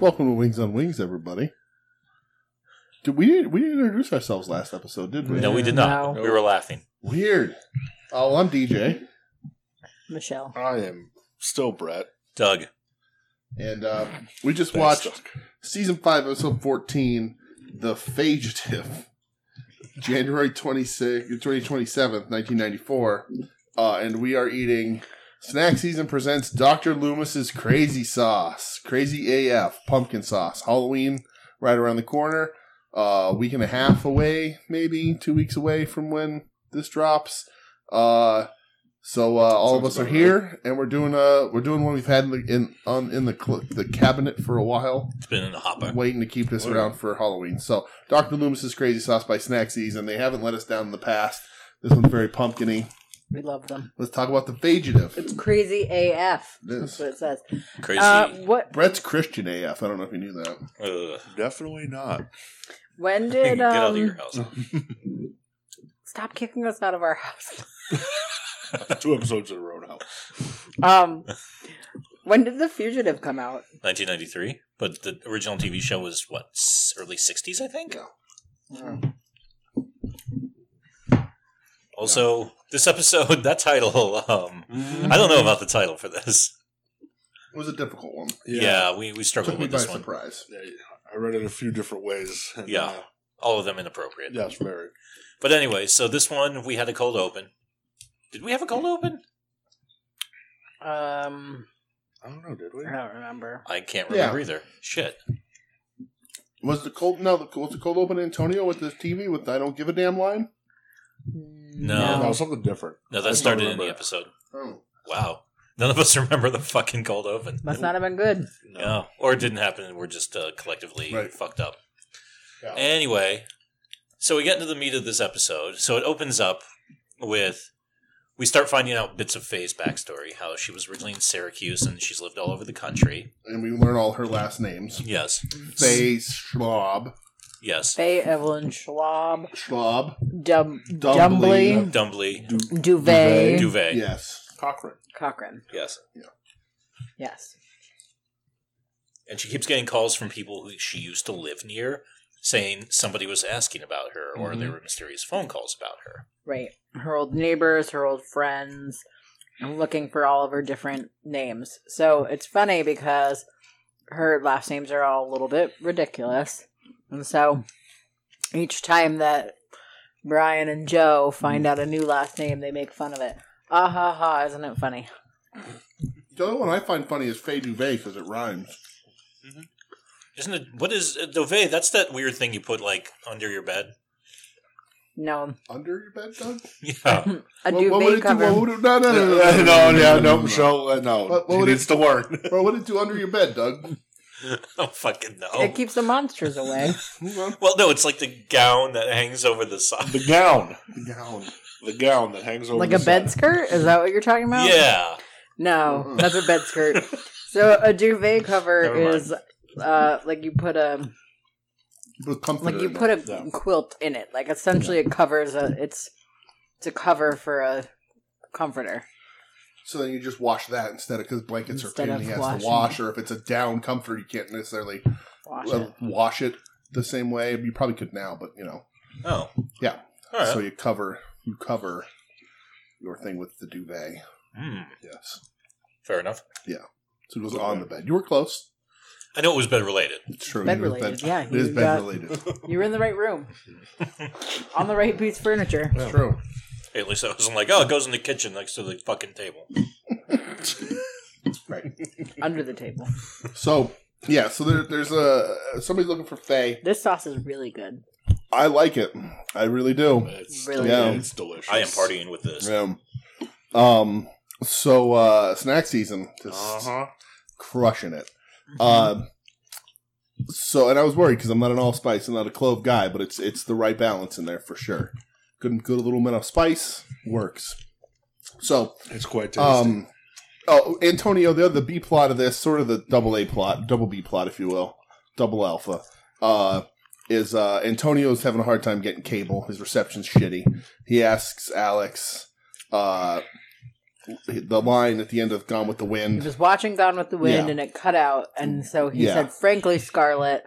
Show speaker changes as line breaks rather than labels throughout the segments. Welcome to Wings on Wings, everybody. Did we we didn't introduce ourselves last episode, did we?
No, we did not.
No.
We were laughing.
Weird. Oh, I'm DJ,
Michelle.
I am still Brett.
Doug.
and uh, we just
Thanks,
watched
Doug.
season five, episode fourteen, "The Fugitive," January 26, 27th, nineteen ninety four, uh, and we are eating. Snack Season presents Dr. Loomis's Crazy Sauce, Crazy AF, Pumpkin Sauce. Halloween right around the corner. Uh, week and a half away, maybe two weeks away from when this drops. Uh, so uh, all of
Sounds
us are
about
here, and we're doing uh we're doing one we've had in the- in on in the cl- the cabinet for a while
It's been in the hopper.
waiting to keep this
Word.
around for Halloween. So Dr. Loomis's Crazy Sauce by Snack Season. They haven't let us down in the past. This one's very pumpkiny.
We love them.
Let's talk about the fugitive.
It's crazy AF.
It is.
That's what it says.
Crazy.
Uh, what?
Brett's Christian AF. I don't know if you knew that.
Ugh.
Definitely not.
When
Get
did
out of your
um?
house.
Stop kicking us out of our house.
Two episodes in a row now.
Um, when did The Fugitive come out?
1993. But the original TV show was, what, s- early 60s, I think?
Yeah.
Also, this episode, that title, um, I don't know about the title for this.
It was a difficult one.
Yeah, we, we
Took
struggled
me
with
by
this one.
surprise.
Yeah, I read it a few different ways. and,
Yeah.
uh,
All of them inappropriate.
yeah, it's very.
But anyway, so this one, we had a cold open. Did we have a cold open?
Um,
I don't know, did we?
I don't remember.
I can't
Yeah.
remember either. Shit.
Was the cold? No, the, was the cold open Antonio with the TV with "I don't give a damn" line?
No. Um,
No, something different.
No,
I
that
don't
started in the
remember.
episode.
Oh,
Wow. None of us remember the fucking cold open.
Must not have been good.
No.
Yeah, or it didn't happen, and we're just uh, collectively
Right.
fucked up.
Yeah.
Anyway, so we get into the meat of this episode. So it opens up with we start finding out bits of Faye's backstory, how she was originally in Syracuse and she's lived all over the country.
and we learn all her last names:
Yes,
Faye Schlob,
yes,
Faye Evelyn Schwab,
Schlob,
Dum-
Dumbly.
Dumbly,
Dumbly,
Duvet,
Duvet.
yes,
Cochrane.
Cochran.
Yes,
Yes.
and she keeps getting calls from people who she used to live near, saying somebody was asking about her, or
Mm-hmm.
there were mysterious phone calls about her.
Right. Her old neighbors, her old friends. I'm looking for all of her different names. So it's funny because her last names are all a little bit ridiculous. And so each time that Brian and Joe
Hmm.
find out a new last name, they make fun of it. Ah ha ha, isn't it funny?
The other one I find funny is Faye Duvet because it rhymes.
Isn't it? What is uh, duvet? That's that weird thing you put like under your bed.
No.
Under your bed, Doug?
Yeah.
A
what, what would it do? What
duvet cover.
would it, no, no, no, no, no, no,
no, yeah, no,
no.
Michelle, uh, no.
What- what
she
would it-
needs to learn.
Or what would it do under your bed, Doug?
Oh fucking no.
It keeps the monsters away.
Move on.
well, no, it's like the gown that hangs over the side.
the gown.
The gown.
The gown that hangs over
like
the
a bed
side.
skirt? Is that what you're talking about?
Yeah,
No,
Mm-mm.
that's a bed skirt. so a duvet cover
Never mind.
is uh like you put a
With comfort
like you
in
put
it.
a
Yeah.
quilt in it. Like essentially it covers a it's it's a cover for a comforter.
So then you just wash that instead of because blankets
Instead
are
of
pain in the ass to
washing.
wash, or if it's a down comforter, you can't necessarily
Wash
wash,
it.
it. wash it the same way. You probably could now, but you know.
Oh.
Yeah.
All right.
So you cover you cover your thing with the duvet.
Hmm.
Yes.
fair enough.
So it was on the bed. You were close.
I know it was bed related.
It's true.
Bed
You were
related, yeah,
It is
you
bed
got-
related.
You're in the right room. On the right piece of furniture.
It's true.
At least I wasn't like, oh, it goes in the kitchen next to the fucking table.
Right.
Under the table.
So yeah, so there, there's a somebody's looking for Faye.
This sauce is really good.
I like it. I really do.
It's,
Really?
Yeah.
it's delicious.
I am partying with this.
Yeah. Um. So uh, snack season just
Uh-huh.
crushing it. Um. So and I was worried because I'm not an allspice, I'm not a clove guy, but it's it's the right balance in there for sure. Good good little bit of spice works. So
It's quite tasty.
um. Oh, Antonio, the the B plot of this, sort of the double A plot, double B plot, if you will, double alpha, uh, is uh, Antonio's having a hard time getting cable. His reception's shitty. He asks Alex, uh, the line at the end of Gone with the
He
Wind.
was watching Gone with the Wind
Yeah.
and it cut out, and so he
Yeah.
said, "Frankly, Scarlet,"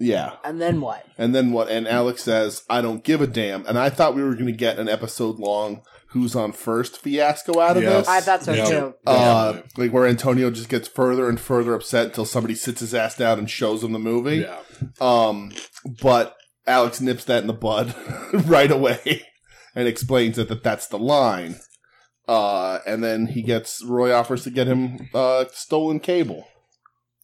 Yeah.
and then what?
And then what? And Alex says, I don't give a damn. And I thought we were going to get an episode long Who's on First fiasco out of
Yes.
this.
I thought so
Yeah.
too.
Uh,
Yeah.
like where Antonio just gets further and further upset until somebody sits his ass down and shows him the movie.
Yeah.
Um, but Alex nips that in the bud right away and explains that, that that's the line. Uh, and then he gets Roy offers to get him uh, stolen cable.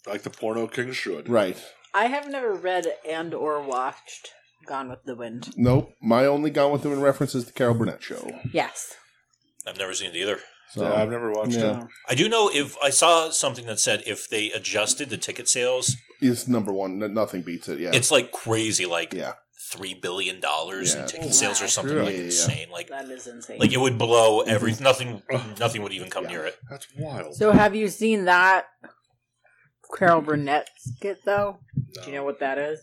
Like the porno king should.
Right.
I have never read and or watched Gone with the Wind.
Nope. My only Gone with the Wind reference is the Carol Burnett show.
Yes.
I've never seen it either.
So
yeah, I've never watched
Yeah.
it.
I do know if I saw something that said if they adjusted the ticket sales,
it's number one. N- Nothing beats it. Yeah.
it's like crazy, like
yeah.
three billion dollars
Yeah.
in ticket
Wow.
sales or something
Yeah,
like
yeah, yeah.
insane. Like
That is insane.
like it would blow every nothing. Nothing would even come
Mm-hmm. Yeah.
near it.
That's wild.
so have you seen that Carol Burnett skit though? Do you know what that is?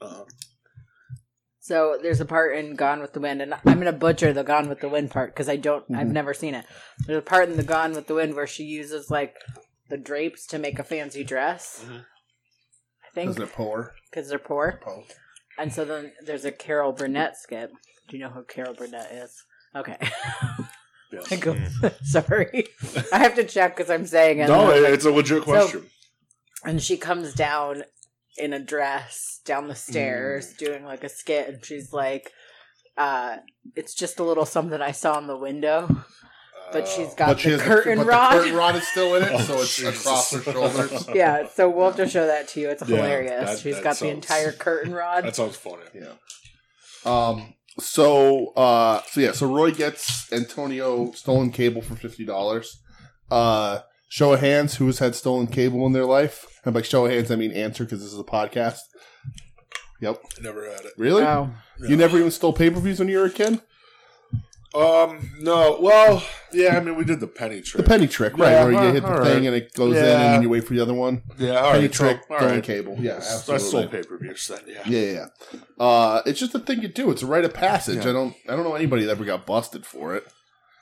Uh,
So there's a part in Gone with the Wind, and I'm gonna butcher the Gone with the Wind part because I don't, I've
Mhm.
never seen it. There's a part in the Gone with the Wind where she uses like the drapes to make a fancy dress.
Mhm.
I think
Doesn't it pour?
because they're poor,
Oh.
and so then there's a Carol Burnett skit. Do you know who Carol Burnett is? Okay,
yes.
I go- sorry, I have to check because I'm saying it.
Hmm. No, it- it's a legit question.
and she comes down in a dress down the stairs
Hmm.
doing like a skit and she's like uh it's just a little something i saw in the window but she's
Uh,
got
But she
the
has
curtain
but
rod
The curtain rod is still in it,
Oh,
so it's
Jesus.
across her shoulders.
yeah so we'll have to show that to you it's
Yeah,
hilarious
that-
she's
that
got the
sounds-
entire curtain rod
That sounds funny.
Yeah. Um. So. Uh. So yeah. So Roy gets Antonio stolen cable for fifty dollars. Uh. Show of hands, who has had stolen cable in their life? And by show of hands, I mean answer because this is a podcast. Yep.
Never had it.
Really?
oh
You never even stole pay per views when you were a kid?
Um, no. Well, yeah. I mean, we did the penny
The
trick.
penny trick, right?
Yeah,
where you hit the
all right.
thing and it goes in, and
Yeah.
then you wait for the other one.
yeah. All
penny
right.
trick,
so, all
stolen
right.
cable. Yeah,
I sold
absolutely.
pay per views then. Yeah.
Yeah, yeah, yeah. Uh, it's just a thing you do. It's a rite of passage.
Yeah.
I don't, I don't know anybody that ever got busted for it,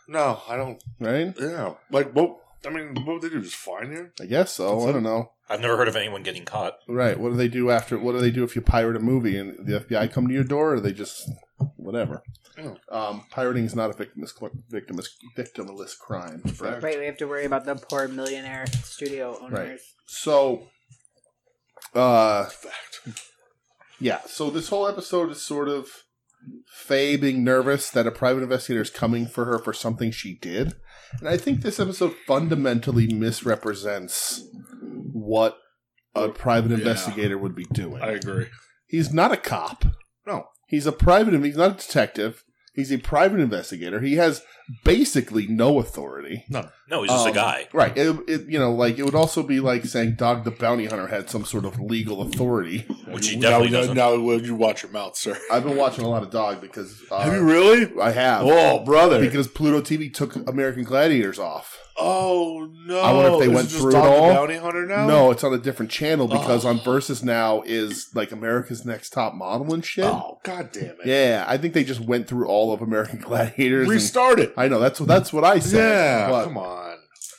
No, I don't.
right?
Yeah. Like, what? I mean, what would they do? Just fine you?
I guess so. I don't know.
I've never heard of anyone getting caught.
Right. What do they do after? What do they do if you pirate a movie and the FBI come to your door? Or they just whatever.
Oh.
Um, pirating is not a victimless victimless victimless crime. Right.
right we have to worry about the poor millionaire studio owners
So, uh,
Fact.
yeah. So this whole episode is sort of Faye being nervous that a private investigator is coming for her for something she did, and I think this episode fundamentally misrepresents what a private
Yeah.
investigator would be doing.
I agree.
He's not a cop.
No.
He's a private, he's not a detective. He's a private investigator. He has basically no authority.
No.
No, he's just a
Um,
guy.
Right. It, it, you know, like, it would also be like saying Dog the Bounty Hunter had some sort of legal authority.
Which he
Now-
definitely
now,
doesn't.
Now, would you watch your mouth, sir?
I've been watching a lot of Dog because uh,
Have you really?
I have.
Oh, brother.
Because Pluto TV took American Gladiators off.
oh no.
I wonder if they
Is it
went
just
through it
Dog the
all?
Bounty hunter now.
No, it's on a different channel because
Oh.
on Versus now is like America's Next Top Model and shit.
Oh god damn it.
Yeah, I think they just went through all of American Gladiators. and-
Restart it.
I know that's what that's what I said.
Yeah.
but,
come on.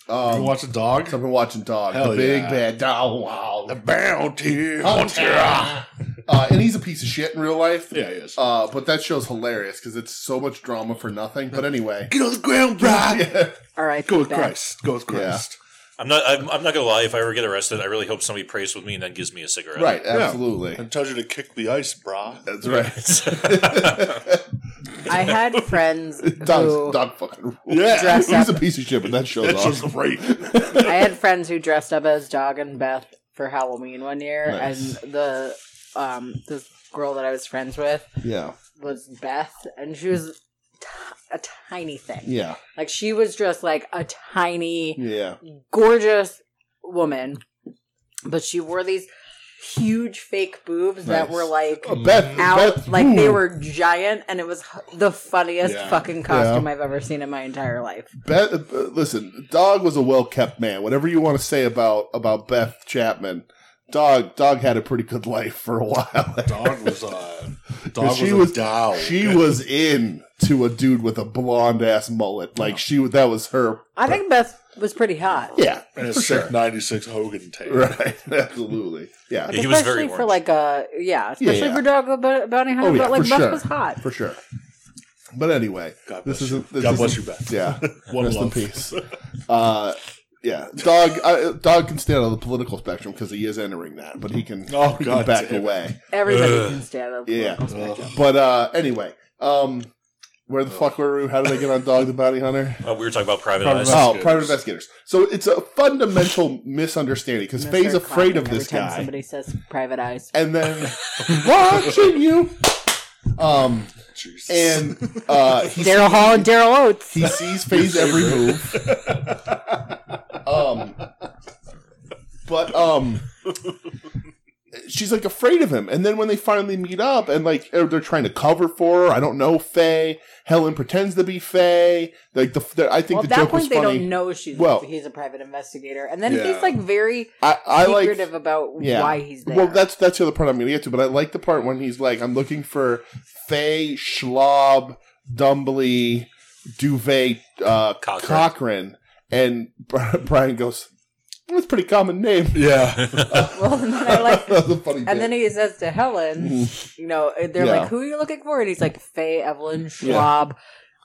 Um,
you watch a dog.
so I've been watching Dog,
Hell
the big
yeah.
bad dog. Wow.
The bounty hunter.
Uh, and he's a piece of shit in real life.
Yeah, yes.
Uh, but that show's hilarious because it's so much drama for nothing. But anyway,
Get on the ground, Brad.
yeah.
all right
Go with
Beth.
Christ. Go with Christ.
I'm not. I'm, I'm not gonna lie. If I ever get arrested, I really hope somebody prays with me and then gives me a cigarette.
right, absolutely,
And tells you to kick the ice, brah.
that's right.
i had friends who
Dog, dog fucking rules.
Yeah.
Dress
he's a
up.
piece of shit, but that show's
That's
awesome.
just great.
I had friends who dressed up as Dog and Beth for Halloween one year,
Nice.
and the um this girl that I was friends with
Yeah,
was Beth, and she was t- a tiny thing.
yeah,
Like she was just like a tiny,
yeah.
gorgeous woman, but she wore these huge fake boobs that
Nice.
were like.
Oh, Beth,
Out
Beth,
like they
ooh,
were giant, and it was h- the funniest
Yeah.
fucking costume I've ever seen in my entire life.
Beth, uh, listen, Dog was a well kept man. Whatever you want to say about about Beth Chapman, Dog Dog had a pretty good life for a while.
Dog was uh, dog
'Cause she
was,
was-
a dow.
she was in to a dude with a blonde ass mullet. Like she was that was her.
I think Beth was pretty hot.
Yeah,
and a
for
sick
sure.
'96 Hogan tape.
Right, absolutely. Yeah,
Yeah, he was very
especially for
orange.
like a yeah, especially
yeah.
for dog bo- bounty hunter.
Oh, yeah,
but like
for
Beth
sure.
was hot.
for sure. But anyway,
God bless
This
you.
isn't- this
God bless you,
isn't-
Beth.
yeah.
One
Rest in
love.
peace. Uh, yeah, dog. Uh, dog can stand on the political spectrum because he is entering that, but he can,
Oh,
he can
God
back
damn it.
away.
Everybody
Ugh.
can stand up.
Yeah.
Ugh.
But uh, anyway, um, where the fuck were we? How did I get on Dog the Bounty Hunter?
Uh, we were talking about private
Private
eyes.
eyes.
Oh,
Investigators.
private investigators. So it's a fundamental misunderstanding because
Mr.
Faye's afraid
Clown,
of this
every time
guy,
Somebody says private eyes.
and then watching you. Um,
Jesus.
and uh, he,
Daryl Hall and Daryl Oates.
he sees Faye's every move. Um, but um, she's like afraid of him. And then when they finally meet up, and like er, they're trying to cover for her, I don't know Faye. Helen pretends to be Faye. Like the, the I think
Well, at
the
that
joke was
point, they
funny.
don't know she's
Well-
he's a private investigator, and then
Yeah.
he's like very
I, I like
secretive about
yeah.
why he's there.
Well, that's that's the other part I'm going to get to, but I like the part when he's like, "I'm looking for Fay Schlob Dumbly Duvet uh,
Cochran.
Cochran. and Bri- Brian goes, "That's a pretty common name."
yeah,
Well, and then I like.
That's a funny.
And then
bit.
he says to Helen, you know, they're
Mm-hmm. Yeah.
like, who are you looking for? And he's like, Faye, Evelyn, Schwab,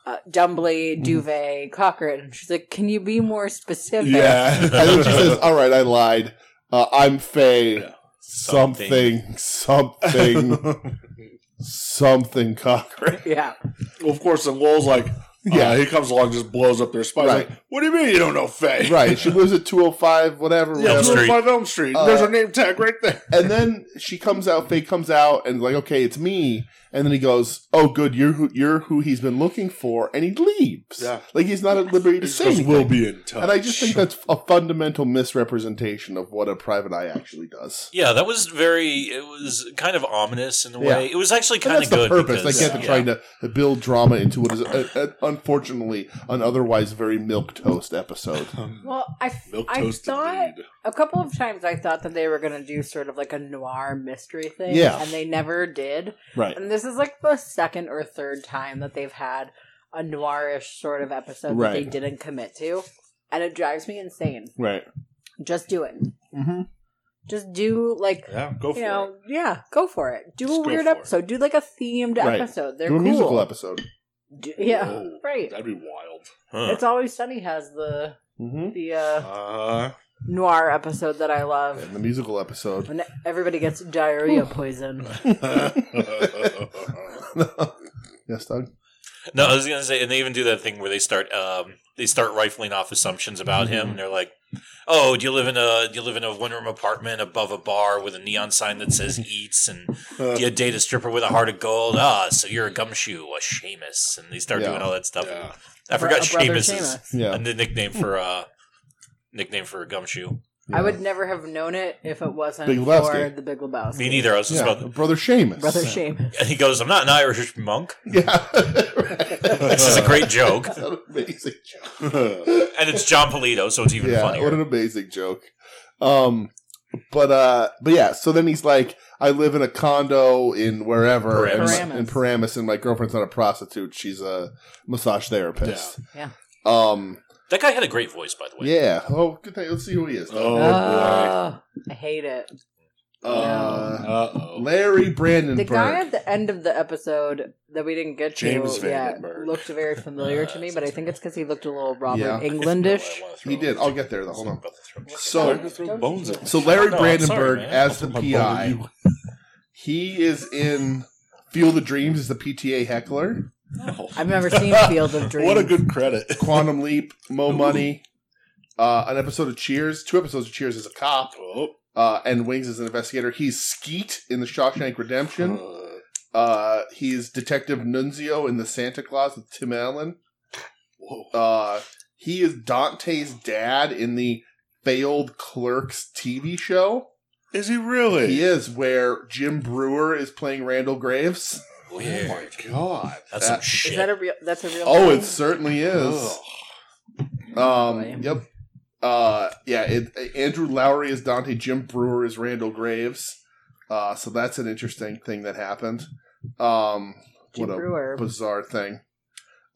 uh,
Mm-hmm.
Dumbly, Duvet, Cochran. And she's like, can you be more specific?
yeah.
and then she says, "All right, I lied. Uh, I'm Fay
Yeah.
something something something Cochran."
Yeah.
Well, of course, and Lowell's like, yeah,
Yeah.
he comes along, just blows up their spot. He's
Right.
Like, what do you mean you don't know Faye?
Right, she lives at 205, whatever.
Yeah,
Elm
whatever.
it's
Street.
five Elm Street.
Uh,
There's her name tag right there.
and then she comes out. Faye comes out and like, okay, it's me. And then he goes, oh, good, you're who you're who he's been looking for, and he leaves.
Yeah.
Like he's not at liberty to
This
say anything.
will be in touch.
and I just think that's a fundamental misrepresentation of what a private eye actually does.
Yeah, that was very. It was kind of ominous in a way.
Yeah.
It was actually
And
kind
that's
of
the
good.
purpose.
because-
I get to
yeah.
trying to build drama into what is, uh, uh, unfortunately, an otherwise very milk toast episode.
Well, I,
Milk
I
toast
thought
indeed.
a couple of times I thought that they were going to do sort of like a noir mystery thing.
Yeah.
And they never did.
Right.
And this is like the second or third time that they've had a noirish sort of episode that they
Right.
didn't commit to. And it drives me insane.
Right.
Just do it.
Mm-hmm.
Just do like
Yeah, go for
you know, yeah, go for it. Do
Just
a
go
weird
for it.
episode. Do like a themed
Right.
episode. They're
Do a
cool.
musical Oh. episode.
Do-
it.
yeah,
Whoa,
right.
That'd be wild.
Huh.
It's always sunny has the
Mm-hmm.
the uh,
Uh-huh.
Uh,
noir episode that I love.
And the musical episode.
When everybody gets diarrhea poison.
Oh,
yes, Doug.
No, I was gonna say, and they even do that thing where they start um, they start rifling off assumptions about him,
Mm-hmm.
and they're like, "Oh, do you live in a do you live in a one room apartment above a bar with a neon sign that says eats?" And
Uh.
do you date a stripper with a heart of gold? Ah, so you're a gumshoe, a Seamus, and they start
Yeah.
doing all that stuff.
yeah.
I forgot
A brother
Seamus is
Seamus.
Yeah.
and the nickname for uh, nickname for a gumshoe.
I would never have known it if it wasn't
Big Lebowski.
for the Big Lebowski.
Me neither. I was just
Yeah,
about.
brother Seamus.
Brother Seamus.
And he goes, "I'm not an Irish monk."
Yeah,
This is a great joke,
That's an amazing joke.
and it's John Polito, so it's even
yeah,
funnier.
what an amazing joke. Um, but uh, but yeah. So then he's like, I live in a condo in wherever and my-
Paramus.
in Paramus, and my girlfriend's not a prostitute; she's a massage therapist.
Yeah.
Um.
that guy had a great voice, by the way.
Yeah. Oh, good thing. Let's see who he is.
Oh,
Ah, I hate it.
Uh,
Uh oh.
Larry Brandenburg.
The guy at the end of the episode that we didn't get to
James
yeah,
Vandenberg.
looked very familiar
Uh,
to me, but I think it's because he looked a little Robert
Yeah.
Englandish.
He did. I'll get there. Though. Hold on.
They're
So
gonna throw bones at
So Larry
No, I'm sorry,
Brandenburg
man.
as the
my bone
PI, he is in Field of Dreams as the PTA heckler,
I've never seen Field of Dreams.
What a good credit.
Quantum Leap, Mo Money, uh, an episode of Cheers, two episodes of Cheers as a cop,
Oh,
uh, and Wings as an investigator. He's Skeet in The Shawshank Redemption.
uh,
Uh, he's Detective Nunzio in The Santa Claus with Tim Allen.
whoa.
Uh, he is Dante's dad in the failed Clerks TV show.
Is he really?
He is where Jim Brewer is playing Randall Graves.
Oh
Weird.
my god.
That's some
That-
shit.
Oh.
Is that a real? That's a real.
Oh,
thing?
it certainly is.
Ugh.
Um,
Boy.
yep. Uh, yeah, it, Andrew Lowry is Dante. Jim Brewer is Randall Graves. Uh, so that's an interesting thing that happened. Um,
Jim
what a
Brewer.
bizarre thing.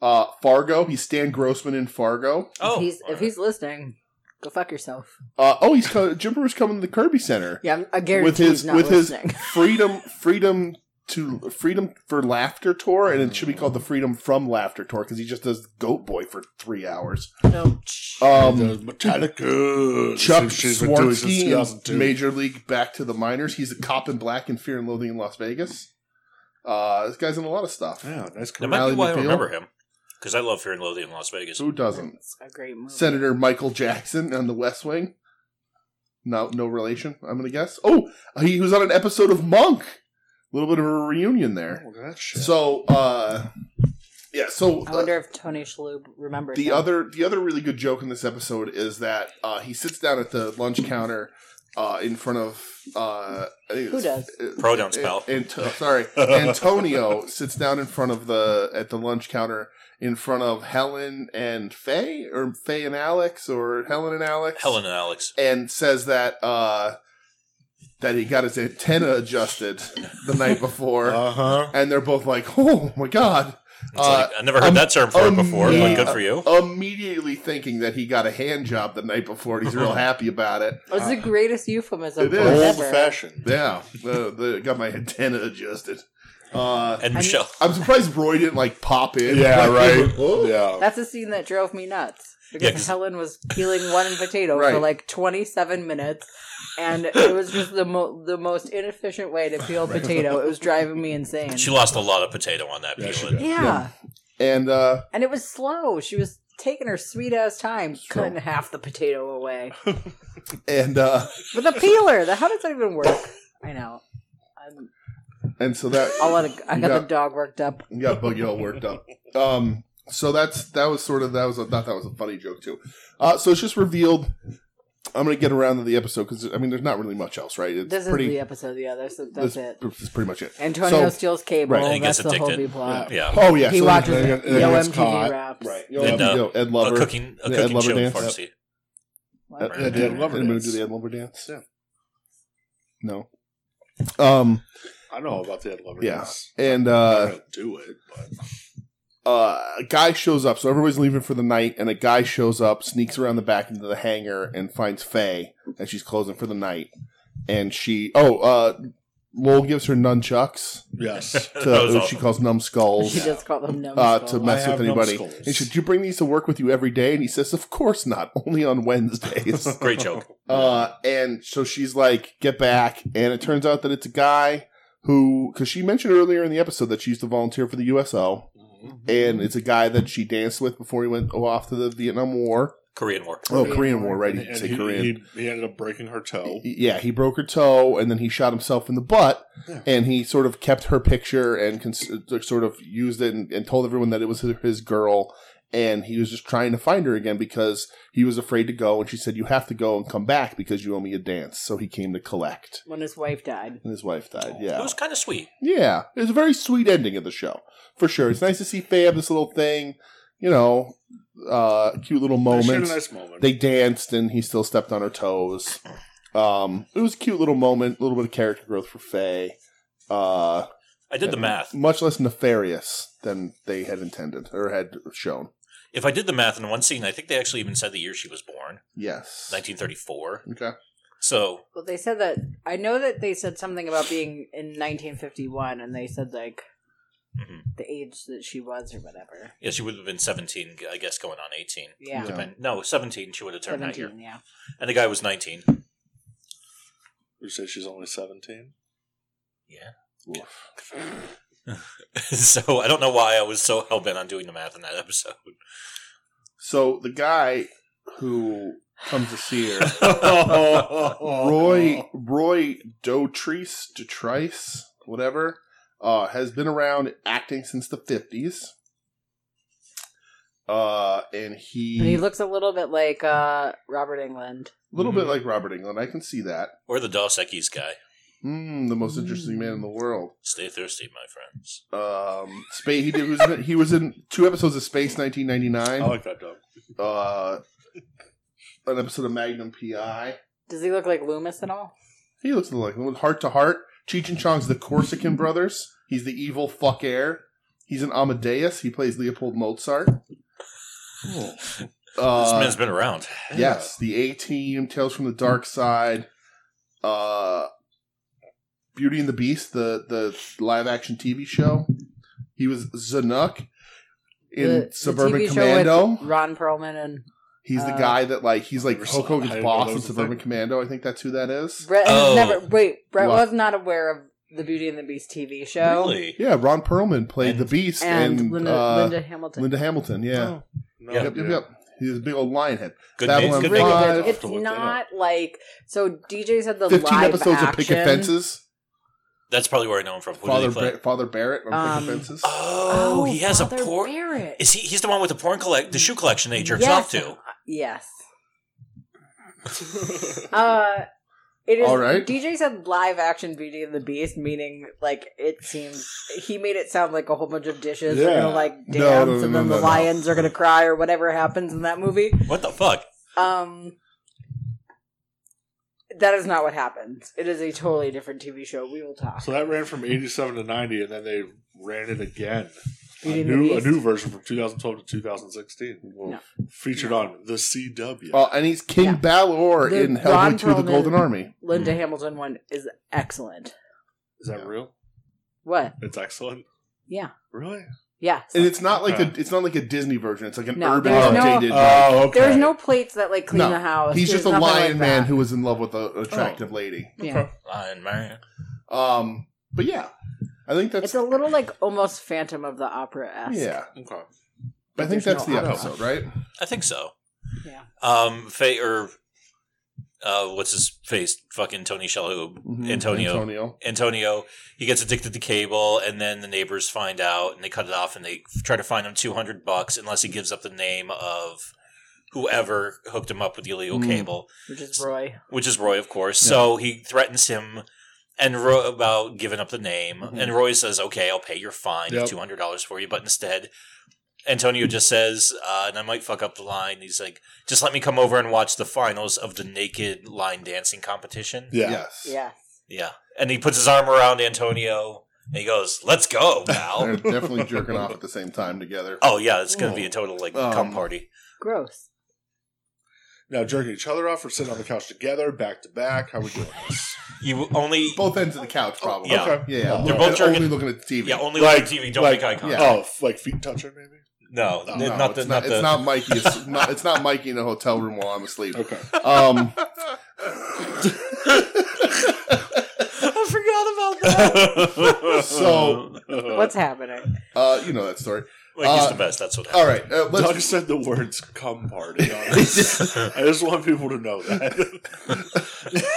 Uh, Fargo. He's Stan Grossman in Fargo.
Oh,
if he's
all
if he's listening, go fuck yourself.
Uh, oh, he's co- Jim Brewer's coming to the Kirby Center
Yeah, I'm- I guarantee
with his
he's not
with
listening.
his freedom freedom to freedom for laughter tour, and it should be called the Freedom from Laughter tour because he just does Goat Boy for three hours.
no.
Um,
Does Metallica.
Chuck
She's been doing since
Swartzky
2002.
in Major League Back to the Minors. He's a cop in black in Fear and Loathing in Las Vegas. Uh, this guy's in a lot of stuff.
Yeah, nice
That
career.
might
Ally
be why I
McBeal.
remember him because I love Fear and Loathing in Las Vegas.
Who doesn't?
It's a great movie.
Senator Michael Jackson on The West Wing. No, no relation. I'm gonna guess. Oh, he was on an episode of Monk. A little bit of a reunion
Oh,
there.
look at that shit.
So, uh, yeah. So
I
uh,
wonder if Tony Shalhoub remembers
the
him.
other the other really good joke in this episode is that uh, he sits down at the lunch counter uh, in front of uh, I think
Who
it's-
does?
uh,
Pronouns,
An-
pal.
Anto- sorry, Antonio sits down in front of the at the lunch counter in front of Helen and Faye, or Faye and Alex, or Helen and Alex.
Helen and Alex.
and says that uh, that he got his antenna adjusted the night before,
Uh huh.
and they're both like, "Oh my god!"
It's
Uh,
like, I never heard
um,
that term for
um, Uh,
it before,
yeah.
but good for you.
Immediately thinking that he got a hand job the night before, and he's real happy about it.
It's the greatest euphemism
It
for
is.
Old
ever.
fashioned.
Yeah, uh, the, got my antenna adjusted. Uh,
And
I mean-
Michelle.
I'm surprised Roy didn't like pop in.
Yeah,
Like,
right.
"Oh."
Yeah.
That's a scene that drove me nuts because
Yeah, 'cause-
Helen was peeling one potato
Right.
for like 27 minutes, and it was just the mo- the most inefficient way to peel a potato. It was driving me insane.
She lost a lot of potato on that
Yeah, she
peeling.
did.
yeah.
Yeah. And uh,
and it was slow. She was taking her sweet ass time, cutting half the potato away
and uh,
with a peeler. The, how does that even work? I know. I'm,
and so that
I'll let it, I got
Yeah.
the dog worked up.
you got Buggy all worked up. Um, so that's that was sort of that was I thought that was a funny joke too. Uh, so it's just revealed. I'm gonna get around to the episode because I mean there's not really much else, right? It's
This
pretty.
is the episode. The other. So that's
this-
it.
this is pretty much it.
Antonio
so-
steals cable.
right,
and he
that's
gets
the whole B
addicted.
plot.
Yeah.
Oh yeah,
He
so
watches
then-
it.
then it
Yo
gets
MTV
caught.
raps.
right.
Yo,
And, uh,
Yo, Ed
A
Lover.
cooking, a
Yeah,
cooking
Lover
show in
dance.
pharmacy.
What?
Uh,
Ed Lover
Anybody
dance.
do the Ed Lover dance?
Yeah.
No. Um
I know about the Ed Lover.
Yeah.
dance.
and
I
uh
don't do it, but
uh, a guy shows up. So everybody's leaving for the night, and a guy shows up, sneaks around the back into the hangar, and finds Faye, and she's closing for the night. And she, oh, uh, Lowell gives her nunchucks
yes.
to
That was
who she
awful.
calls
She
numbskulls.
does call them numbskulls.
Uh, to mess
I
with
have
anybody.
numbskulls.
And she, do you bring these to work with you every day? And he says, of course not, only on Wednesdays.
Great joke.
Uh, and so she's like, get back. And it turns out that it's a guy who, because she mentioned earlier in the episode that she used to volunteer for the USO.
Mm-hmm.
And
Mm-hmm.
it's a guy that she danced with before he went off to the Vietnam War.
Korean War.
Oh,
Korean
Korean
War.
War, right?
And,
He
and
said
he,
Korean.
he, he ended up breaking her toe.
yeah, he broke her toe and then he shot himself in the butt.
Yeah.
And he sort of kept her picture and cons- sort of used it and, and told everyone that it was his, his girl. And he was just trying to find her again because he was afraid to go. And she said, You have to go and come back because you owe me a dance. So he came to collect.
when his wife died.
And his wife died.
It
Yeah.
was kind of sweet.
yeah. It was a very sweet ending of the show, for sure. It's nice to see Faye have this little thing, you know, uh, cute little
They shared a
moments
nice moment.
they danced and he still stepped on her toes. Um, it was a cute little moment, a little bit of character growth for Faye. Uh,
I did the math.
much less nefarious than they had intended or had shown.
If I did the math in one scene, I think they actually even said the year she was born,
Yes.
1934.
Okay.
So
Well, they said that. I know that they said something about being in 1951, and they said like
mhm.
the age that she was or whatever.
yeah, she would have been 17, I guess, going on 18.
Yeah,
Yeah.
Depend- no, 17. She would have turned that year,
17. Yeah,
and the guy was 19.
You say she's only 17?
so I don't know why I was so hell bent on doing the math in that episode.
So the guy who comes to see her,
Roy.
Oh.
Roy Roy Dotrice, Dotrice, whatever, uh, has been around acting since the fifties. Uh, and he,
and he looks a little bit like uh, Robert England.
a little bit
Mhm.
like Robert England. I can see that.
Or the Dos Equis guy.
Mm, the most interesting man in the world.
Stay thirsty, my friends.
Um, space. He, did, he, was in, he was in two episodes of Space
I
1999.
like that dog.
Uh, an episode of Magnum PI.
Does he look like Loomis at all?
He looks like with heart to heart. Cheech and Chong's the Corsican brothers. He's the evil fuck heir. He's an Amadeus. He plays Leopold Mozart.
this
Uh,
man's been around.
Yes, the A Team, Tales from the
Mm.
Dark Side, uh, Beauty and the Beast, the the live action TV show. He was Zanuck in
The- the
Suburban
TV show
Commando.
with Ron Perlman and
he's the
uh,
guy that like he's like
Or
Hulk
some- I
Hogan's
didn't know
boss
that
in
was a
Suburban
thing.
Commando. I think that's who that is.
Brett has
Oh.
never wait. Brett
What?
was not aware of the Beauty and the Beast TV show
Really?
Yeah, Ron Perlman played
And-
the Beast
and,
and,
Linda,
uh, Linda,
Linda Hamilton.
Hamilton. Yeah.
Oh.
No,
Yeah.
Yep, yep, yep. He's a big old lion head.
Good
That
name.
one uh,
Good
really
name.
good. Five.
It's not like so. DJ said the
Fifteen
live
episodes
action,
of Pick Offenses.
That's probably where I know him from. Who
Father
did he play?
Bar- Father Barrett on
Um,
Pick Offenses.
oh, he has
Father
a porn.
Barrett.
Is he? He's the one with the porn collect, the shoe collection that he jerks
Yes.
off to.
Yes. Uh, it is.
All right.
DJ said live action Beauty and the Beast, meaning like it seems he made it sound like a whole bunch of dishes are
Yeah.
gonna like dance,
No, no, no, no,
and then
no,
the
no.
lions are gonna cry or whatever happens in that movie.
What the fuck?
Um, that is not what happens. It is a totally different TV show. We will talk.
So that ran from 87 to 90, and then they ran it again. A
Beauty and the
new, a
Beast?
new version from 2012 to 2016.
No.
Featured on The CW.
Well, Uh, and he's King
Yeah.
Balor
The
in
Ron
Hellboy 2 The
Perlman-
Golden Army.
Linda Hamilton one is excellent.
Is that real?
What?
It's excellent.
Yeah.
Really?
Yes.
And it's not like
Okay.
a, it's not like a Disney version. It's like an
No,
urban
there's no-
updated.
Oh, okay.
There's no plates that like clean
No,
the house.
he's
There's
just a
nothing
lion
like
man
that.
who was in love with an attractive
Oh.
lady.
Yeah.
Lion man.
Um, but yeah, I think that's
It's a little like almost Phantom of the Opera esque.
yeah.
Okay.
I think
There's
that's
no
the
opera.
episode, right?
I think so.
Yeah.
Um, Faye or uh, what's his face? Fucking Tony Shalhoub, Mm-hmm. Antonio.
Antonio.
Antonio, he gets addicted to cable, and then the neighbors find out, and they cut it off, and they try to find him two hundred bucks unless he gives up the name of whoever hooked him up with the illegal
Mm.
cable,
Which is Roy.
which is Roy, of course. So he threatens him and Roy about giving up the name,
Mhm.
and Roy says, "Okay, I'll pay your fine,
Yep.
two hundred dollars for you," but instead. Antonio just says, uh, and I might fuck up the line. He's like, "Just let me come over and watch the finals of the naked line dancing competition."
Yeah.
Yes.
Yes.
Yeah. And he puts his arm around Antonio and he goes, Let's go,
They're
pal.
definitely jerking off at the same time together.
oh, yeah, it's going to be a total, like,
Um,
cum party.
Gross.
Now, jerking each other off or sitting on the couch together, back to back. How we doing this?
You only,
Both ends of the couch, probably.
Oh, Yeah.
Okay.
yeah. yeah.
They're
And
both jerking-
only looking at the TV.
yeah, only
Like-
like TV, don't
like-
make eye contact.
Yeah.
Oh, f- like feet touching, maybe?
No,
No,
n-
No,
not the,
it's
not,
not,
the,
it's not Mikey. It's not, it's not Mikey in a hotel room while I'm asleep.
Okay.
Um,
I forgot about that.
So-
What's happening?
uh, you know that story.
like, he's
uh,
the best. That's what
All right, uh, let's
Doug said the words cum party. on us.
happened.
I just want people to know that.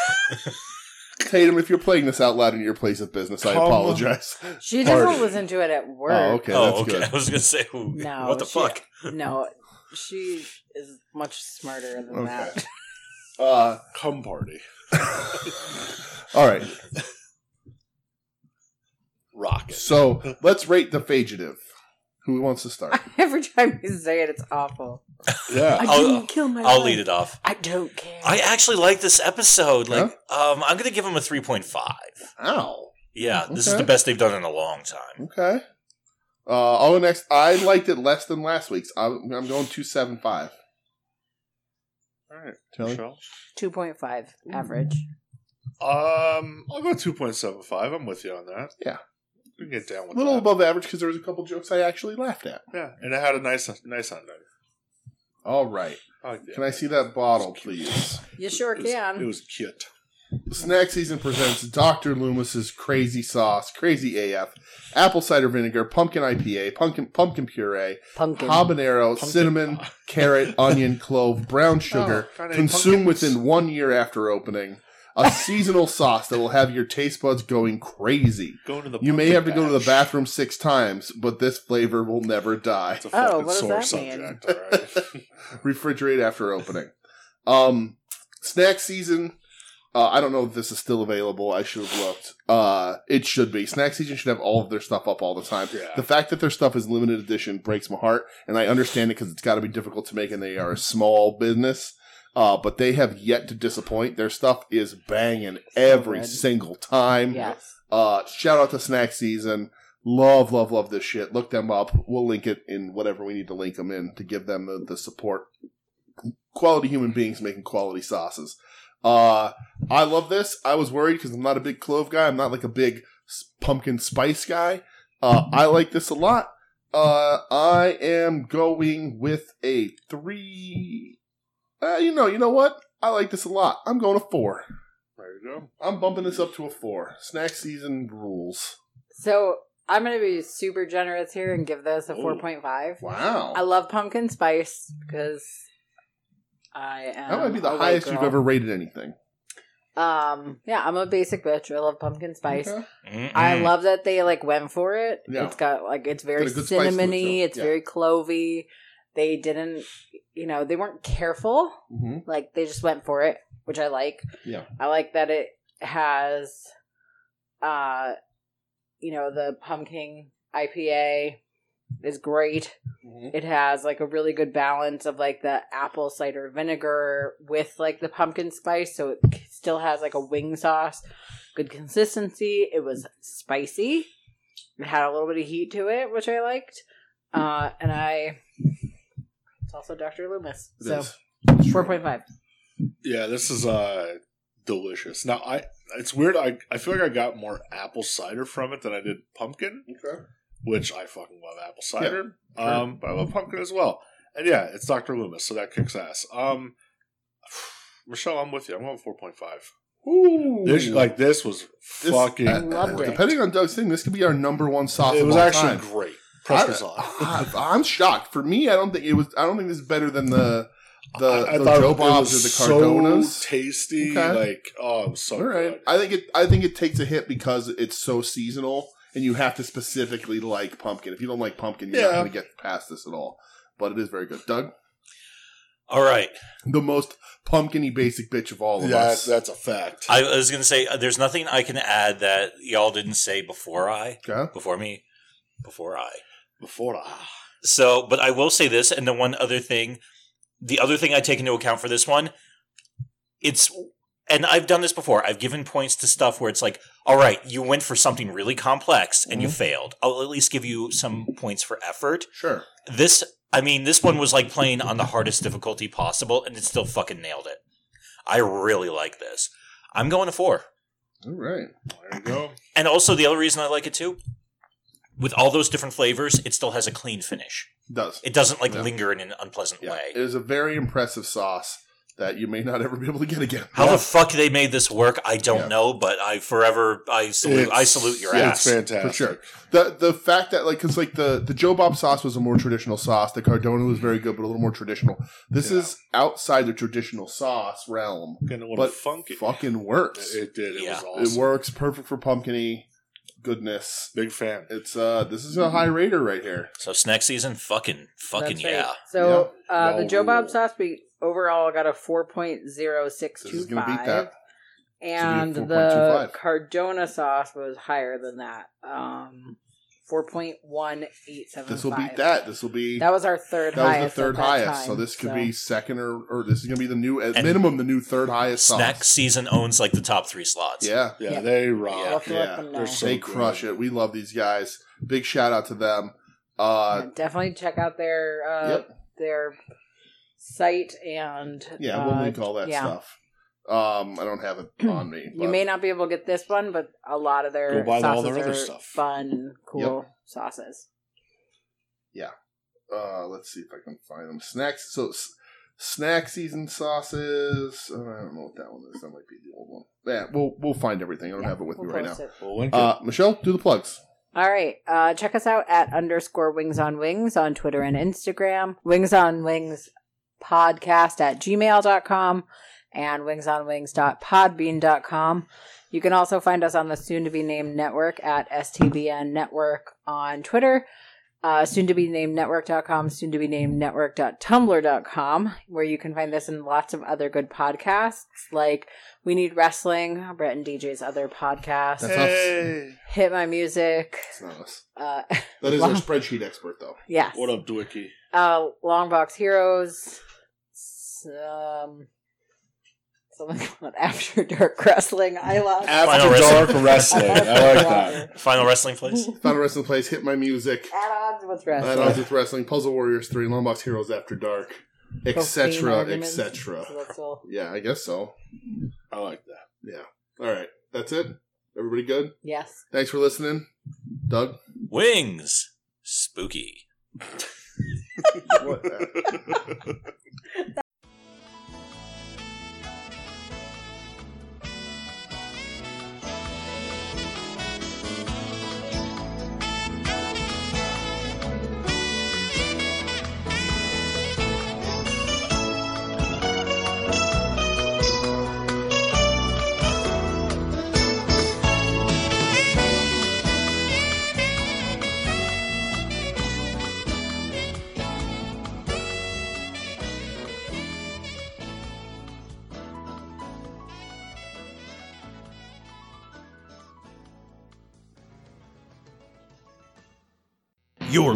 Tatum. If you're playing this out loud in your place of business, I
Come-
apologize.
She
Party.
doesn't listen to it at work.
Oh, okay,
oh,
that's
okay.
good.
I was going to say, who,
No,
what the
she-
fuck?
No, she is much smarter than
Okay.
that.
Uh,
Cum party.
all right,
Rocket.
so let's rate the fagitive. Who wants to start?
Every time you say it, it's awful.
Yeah.
I
I'll-
didn't kill my.
I'll lead it off.
I don't care.
I actually like this episode. Like, um, I'm going to give him a 3.5.
Ow.
Yeah, this is
Okay.
the best they've done in a long time.
Okay. Uh, I'll go next. I liked it less than last week's. I'm, I'm going two seven five.
All right.
Telly?
Michelle?
Two point five average.
Um, I'll go 2.75. I'm with you on that.
Yeah.
We can get down
A
with
little
that.
above average because there was a couple jokes I actually laughed at.
Yeah, and it had a nice, nice on there.
All right.
Oh, yeah.
Can I see that bottle, please?
You sure
It was, it
can.
was cute.
Snack Season presents Dr. Loomis's Crazy Sauce, Crazy AF, Apple Cider Vinegar, Pumpkin IPA, Pumpkin Pumpkin Puree,
Pumpkin.
Habanero,
Pumpkin-
Cinnamon, carrot, onion, clove, brown sugar.
Oh, God, I hate
consume
pumpkins.
within one year after opening. A seasonal sauce that will have your taste buds going crazy.
Going to the
You may
pumpkin
have to go to the
patch.
bathroom six times, but this flavor will never die.
It's a
Oh,
fucking
what does
sore
that mean?
subject. All right.
refrigerate after opening. Um, snack season. Uh, I don't know if this is still available. I should have looked. Uh, it should be. Snack season should have all of their stuff up all the time.
Yeah.
The fact that their stuff is limited edition breaks my heart, and I understand it because it's got to be difficult to make, and they are a small business. Uh, but they have yet to disappoint. Their stuff is banging every
good.
single time.
Yes.
Uh, shout out to Snack Season. Love, love, love this shit. Look them up. We'll link it in whatever we need to link them in to give them the, the support. Quality human beings making quality sauces. Uh, I love this. I was worried because I'm not a big clove guy. I'm not like a big s- pumpkin spice guy. Uh, I like this a lot. Uh, I am going with a three. Uh, you know, you know what? I like this a lot. I'm going a four.
There you go.
I'm bumping this up to a four. Snack season rules.
So I'm going to be super generous here and give this a
Ooh.
4.5.
Wow.
I love pumpkin spice because I am.
that might be
a
the
white
highest you've
girl.
ever rated anything.
Um, yeah, I'm a basic bitch. I love pumpkin spice.
Okay. Mm.
Mm-mm.
I love that they like went for it.
Yeah.
It's got like it's very
Got a good spice to it,
cinnamony.
too.
It's
Yeah.
very clovey. They didn't, you know, they weren't careful.
Mhm.
Like they just went for it, which I like.
Yeah.
I like that it has, uh, you know, the pumpkin IPA is great.
Mm-hmm.
It has like a really good balance of like the apple cider vinegar with like the pumpkin spice, so it still has like a wing sauce, good consistency. It was spicy. It had a little bit of heat to it, which I liked. Uh, and I, it's also Dr. Loomis.
It
So
is.
four point five.
Yeah, this is uh delicious. Now I it's weird. I I feel like I got more apple cider from it than I did pumpkin,
Okay.
which I fucking love apple cider. um, but I love pumpkin as well. And yeah, it's Dr. Loomis, so that kicks ass. Um, Michelle, I'm with you. I'm on four point five.
Ooh.
This like this was
This-
fucking.
uh,
Loved it.
Depending on Doug's thing, this could be our number one sauce.
it
of
was
all
actually
time.
great.
I,
Pressure sauce.
I, am shocked. For me, I don't think it was. I don't think this is better than the the, the
thought
Joe
it
Bobs or
was
the Cardonas.
So tasty,
Okay.
like oh, it was so
All right.
good.
I think it. I think it takes a hit because it's so seasonal, and you have to specifically like pumpkin. If you don't like pumpkin, you're not
Yeah.
going to get past this at all. But it is very good. Doug,
All right.
the most pumpkiny basic bitch of all of
yeah,
us.
that's a fact.
I was going to say, uh, there's nothing I can add that y'all didn't say before I,
okay.
before me, before I.
Before ah,
So, but I will say this, and the one other thing, the other thing I take into account for this one, it's, and I've done this before. I've given points to stuff where it's like, all right, you went for something really complex and you failed. I'll at least give you some points for effort.
Sure.
This, I mean, this one was like playing on the hardest difficulty possible, and it still fucking nailed it. I really like this. I'm going to four.
All right.
there you go.
And also, the other reason I like it too, with all those different flavors, it still has a clean finish.
It does.
It doesn't like
Yeah.
linger in an unpleasant
Yeah.
way.
It is a very impressive sauce that you may not ever be able to get again.
How the fuck they made this work, I don't
Yeah.
know, but I forever I salute I
It's-
salute your
yeah,
ass.
It's fantastic
for sure. The the fact that like because like the the Joe Bob sauce was a more traditional sauce. The Cardona was very good, but a little more traditional. This
Yeah.
is outside the traditional sauce realm.
Getting a little
But
funky.
Fucking works.
It did. It
Yeah.
was awesome.
It works perfect for pumpkiny goodness.
Big fan.
It's uh this is a high rater right here.
So snack season, fucking fucking
That's right.
yeah.
So uh,
No
the Joe Bob
rule.
sauce we overall got a four point zero six
This
two
is gonna beat
five,
that.
and
It's gonna be
the
4.25.
Cardona sauce was higher than that, um, four point one eight seven.
This will beat that. This will be
That was our third.
that was the
highest
third
at that
highest. so
time,
this could be second or or this is gonna be the new at
And
minimum the new third highest sauce.
Snack season owns like the top three slots.
Yeah.
Yeah,
Yeah.
they
We'll have
rock.
to let
yeah.
them
They're
know.
so-
They
good.
crush it. We love these guys. Big shout out to them. Uh
Yeah, definitely check out their uh,
yep.
their site and
Yeah,
uh,
we'll link all that
yeah.
stuff. Um I don't have it on me.
You
but-
may not be able to get this one, but a lot of their
Go buy all
sauces
their other
are
stuff.
fun, and cool sauces.
uh let's see if I can find them. Snacks so s- snack season sauces. Uh, I don't know what that one is. That might be the old one. Yeah, we'll we'll find everything. I don't
Yeah,
have it with
we'll
me right now.
post it.
We'll link it.
Uh Michelle, do the plugs.
All right. Uh, check us out at underscore wings on wings on Twitter and Instagram. Wings on wings podcast at gmail.com and wings on wings.podbean.com. You can also find us on the soon to be named network at STBN network on Twitter. Uh, soon to be named network.com, soon to be named network.tumblr.com, where you can find this and lots of other good podcasts like We Need Wrestling, Brett and DJ's other podcast,
That's us.
Hit My Music,
It's not us.
uh,
That is our
Wow.
spreadsheet expert though.
yes.
What up, Dwicky?
Uh, Longbox Heroes. s- Um, something called After Dark Wrestling. I love.
After
Final wrestling.
dark wrestling. I like that.
Final wrestling place.
Found a wrestling place, hit my music.
At odds with
At
wrestling.
odds with wrestling, Puzzle Warriors 3, Lombox Heroes After Dark,
Profane
etc.,
arguments.
etc.
So that's all.
Yeah, I guess so.
I like that.
All right, that's it. Everybody good?
Yes.
Thanks for listening. Doug?
Wings. Spooky.
What?
You're